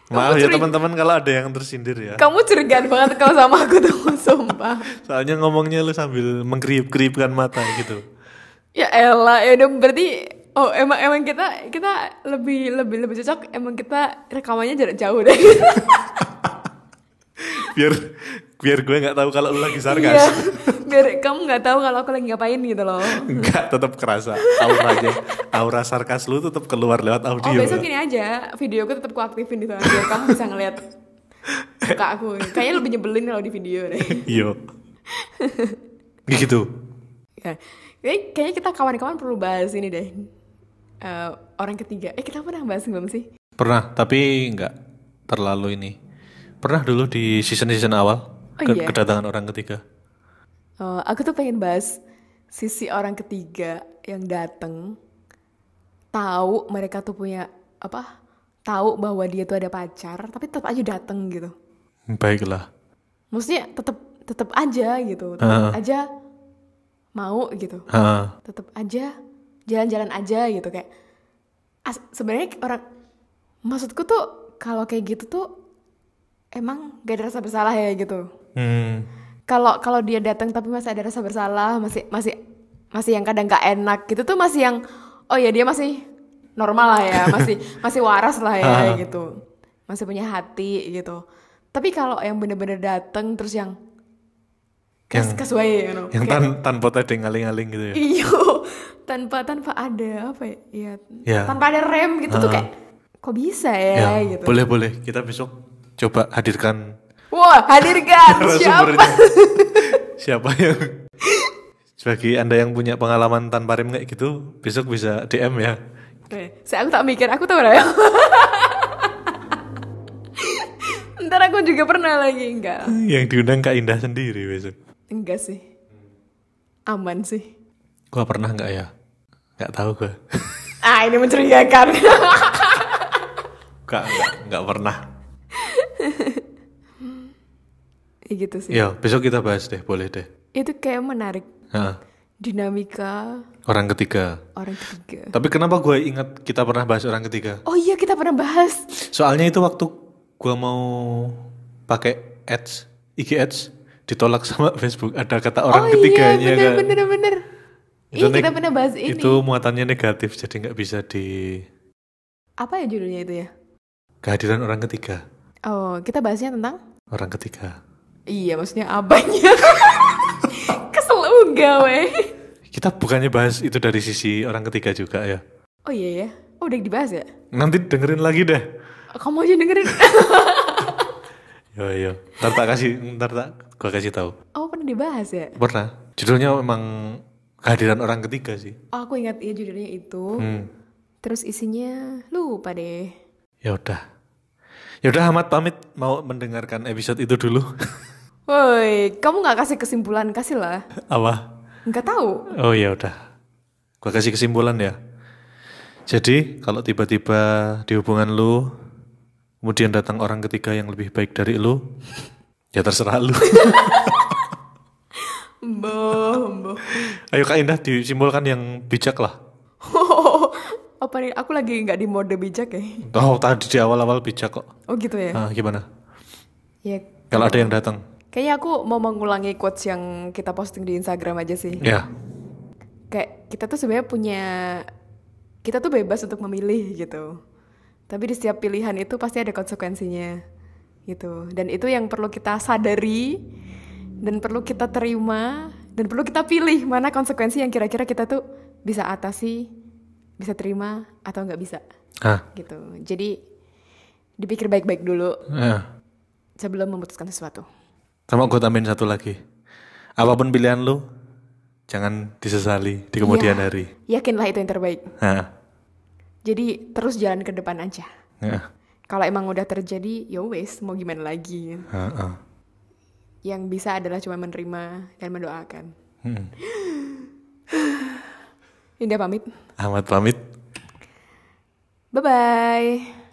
Speaker 1: Kamu
Speaker 2: Maaf ya
Speaker 1: curi-
Speaker 2: teman-teman kalau ada yang tersindir ya.
Speaker 1: Kamu curigaan banget kalau sama aku tuh, *laughs* sumpah.
Speaker 2: Soalnya ngomongnya lu sambil mengkriip-kriipkan mata gitu.
Speaker 1: Ya elah, ya udah berarti oh emang emang kita kita lebih lebih lebih cocok emang kita rekamannya jarak jauh deh.
Speaker 2: Biar biar gue nggak tahu kalau lu lagi
Speaker 1: Iya.
Speaker 2: sarkas.
Speaker 1: Biar kamu nggak tahu kalau aku lagi ngapain gitu loh.
Speaker 2: Enggak, tetap kerasa auranya. Aura sarkas lu tetap keluar lewat
Speaker 1: Oh
Speaker 2: audio.
Speaker 1: besok gini aja, videoku tetap aku aktifin di sana biar kamu bisa ngeliat muka aku. Kayaknya lebih nyebelin kalau di video deh.
Speaker 2: Yo. Iya. gitu.
Speaker 1: Ya. Kayaknya- Kayaknya kita kawan-kawan perlu bahas ini deh. Eh, orang ketiga. Eh kita pernah bahas belum sih?
Speaker 2: Pernah, tapi enggak terlalu ini. Pernah dulu di season-season awal
Speaker 1: Oh
Speaker 2: ke-
Speaker 1: iya.
Speaker 2: kedatangan orang ketiga.
Speaker 1: Eh, aku tuh pengen bahas sisi orang ketiga yang dateng tahu mereka tuh punya apa tahu bahwa dia tuh ada pacar tapi tetap aja dateng gitu
Speaker 2: Baiklah.
Speaker 1: maksudnya tetap tetap aja gitu tetap
Speaker 2: Heeh.
Speaker 1: aja mau gitu
Speaker 2: Ha.
Speaker 1: tetap aja jalan-jalan aja gitu kayak as- sebenarnya orang maksudku tuh kalau kayak gitu tuh emang gak ada rasa bersalah ya gitu
Speaker 2: Hmm.
Speaker 1: kalau kalau dia datang tapi masih ada rasa bersalah masih masih masih yang kadang gak enak gitu tuh masih yang oh ya dia masih normal lah ya
Speaker 2: *laughs*
Speaker 1: masih masih waras lah ya
Speaker 2: Ah.
Speaker 1: gitu masih punya hati gitu tapi kalau yang bener-bener datang terus yang kes
Speaker 2: Yang-
Speaker 1: kesuai you know,
Speaker 2: Yang
Speaker 1: kayak-
Speaker 2: tan tanpa tadi ngaling-ngaling gitu
Speaker 1: Iya,
Speaker 2: ya.
Speaker 1: *laughs* Iyo, tanpa tanpa ada apa ya? Iya,
Speaker 2: Ya.
Speaker 1: Tanpa ada rem gitu tuh
Speaker 2: Ha.
Speaker 1: kayak kok bisa ya,
Speaker 2: Ya,
Speaker 1: gitu.
Speaker 2: boleh boleh. Kita besok coba hadirkan
Speaker 1: Wah, hadirkan
Speaker 2: *laughs*
Speaker 1: siapa?
Speaker 2: narasumbernya. siapa yang *laughs* bagi anda yang punya pengalaman tanpa rem kayak gitu, besok bisa DM ya.
Speaker 1: Eh, Saya aku tak mikir, aku tahu ya. *laughs* Ntar aku juga pernah lagi enggak.
Speaker 2: Yang diundang Kak Indah sendiri besok.
Speaker 1: Enggak sih. Aman sih.
Speaker 2: Gua pernah nggak ya? Nggak tahu gua. *laughs*
Speaker 1: Ah, ini mencurigakan. *laughs*
Speaker 2: Nggak nggak- nggak pernah.
Speaker 1: Ya gitu sih.
Speaker 2: Ya besok kita bahas deh, boleh deh.
Speaker 1: Itu kayak menarik
Speaker 2: Ha.
Speaker 1: dinamika
Speaker 2: Orang ketiga.
Speaker 1: orang ketiga.
Speaker 2: Tapi kenapa gue ingat kita pernah bahas orang ketiga?
Speaker 1: Oh iya, kita pernah bahas.
Speaker 2: Soalnya itu waktu gue mau pakai ads, IG ads, ditolak sama *laughs* Facebook. Ada kata orang
Speaker 1: oh
Speaker 2: ketiganya
Speaker 1: iya,
Speaker 2: kan.
Speaker 1: bener, bener, bener. Iya, kita
Speaker 2: neg-
Speaker 1: pernah bahas ini.
Speaker 2: Itu muatannya negatif, jadi nggak bisa di
Speaker 1: apa ya judulnya itu ya?
Speaker 2: kehadiran orang ketiga.
Speaker 1: Oh, kita bahasnya tentang?
Speaker 2: Orang ketiga.
Speaker 1: Iya, maksudnya abangnya. *laughs* Kesel enggak, weh.
Speaker 2: Kita bukannya bahas itu dari sisi orang ketiga juga ya.
Speaker 1: Oh iya ya. Oh, udah dibahas ya?
Speaker 2: Nanti dengerin lagi deh.
Speaker 1: Kamu aja dengerin. *laughs*
Speaker 2: Yo yo. Ntar tak kasih, ntar tak gue kasih tahu.
Speaker 1: oh, pernah dibahas ya?
Speaker 2: Pernah. Judulnya memang kehadiran orang ketiga sih.
Speaker 1: Oh, aku ingat ya judulnya itu.
Speaker 2: Hmm.
Speaker 1: Terus isinya lupa deh.
Speaker 2: Ya udah. Ya udah Ahmad pamit mau mendengarkan episode itu dulu. *laughs*
Speaker 1: Woi, kamu nggak kasih kesimpulan, kasih lah.
Speaker 2: Apa?
Speaker 1: Nggak tahu.
Speaker 2: Oh ya udah. Gua kasih kesimpulan ya. Jadi kalau tiba-tiba di hubungan lu kemudian datang orang ketiga yang lebih baik dari lu, ya terserah lu. *laughs*
Speaker 1: Boh, boh.
Speaker 2: Ayo Kak Indah disimpulkan yang bijak lah.
Speaker 1: *laughs* apa nih? Aku lagi nggak di mode bijak ya.
Speaker 2: Oh tadi di awal-awal bijak kok.
Speaker 1: Oh gitu ya.
Speaker 2: Ah, gimana?
Speaker 1: Ya,
Speaker 2: Kalau ada yang datang,
Speaker 1: kayaknya aku mau mengulangi quotes yang kita posting di Instagram aja sih.
Speaker 2: ya
Speaker 1: kayak kita tuh sebenarnya punya kita tuh bebas untuk memilih gitu tapi di setiap pilihan itu pasti ada konsekuensinya gitu dan itu yang perlu kita sadari dan perlu kita terima dan perlu kita pilih mana konsekuensi yang kira-kira kita tuh bisa atasi bisa terima atau nggak bisa
Speaker 2: ah,
Speaker 1: gitu jadi dipikir baik-baik dulu
Speaker 2: ah.
Speaker 1: sebelum memutuskan sesuatu
Speaker 2: Sama gue tambahin satu lagi. Apapun pilihan lu, jangan disesali di kemudian
Speaker 1: Ya,
Speaker 2: hari.
Speaker 1: yakinlah itu yang terbaik
Speaker 2: Nah,
Speaker 1: jadi terus jalan ke depan aja
Speaker 2: nah,
Speaker 1: kalau emang udah terjadi ya wes mau gimana lagi
Speaker 2: ah, ah.
Speaker 1: yang bisa adalah cuma menerima dan mendoakan
Speaker 2: Hmm.
Speaker 1: Indah pamit
Speaker 2: Ahmad pamit.
Speaker 1: bye bye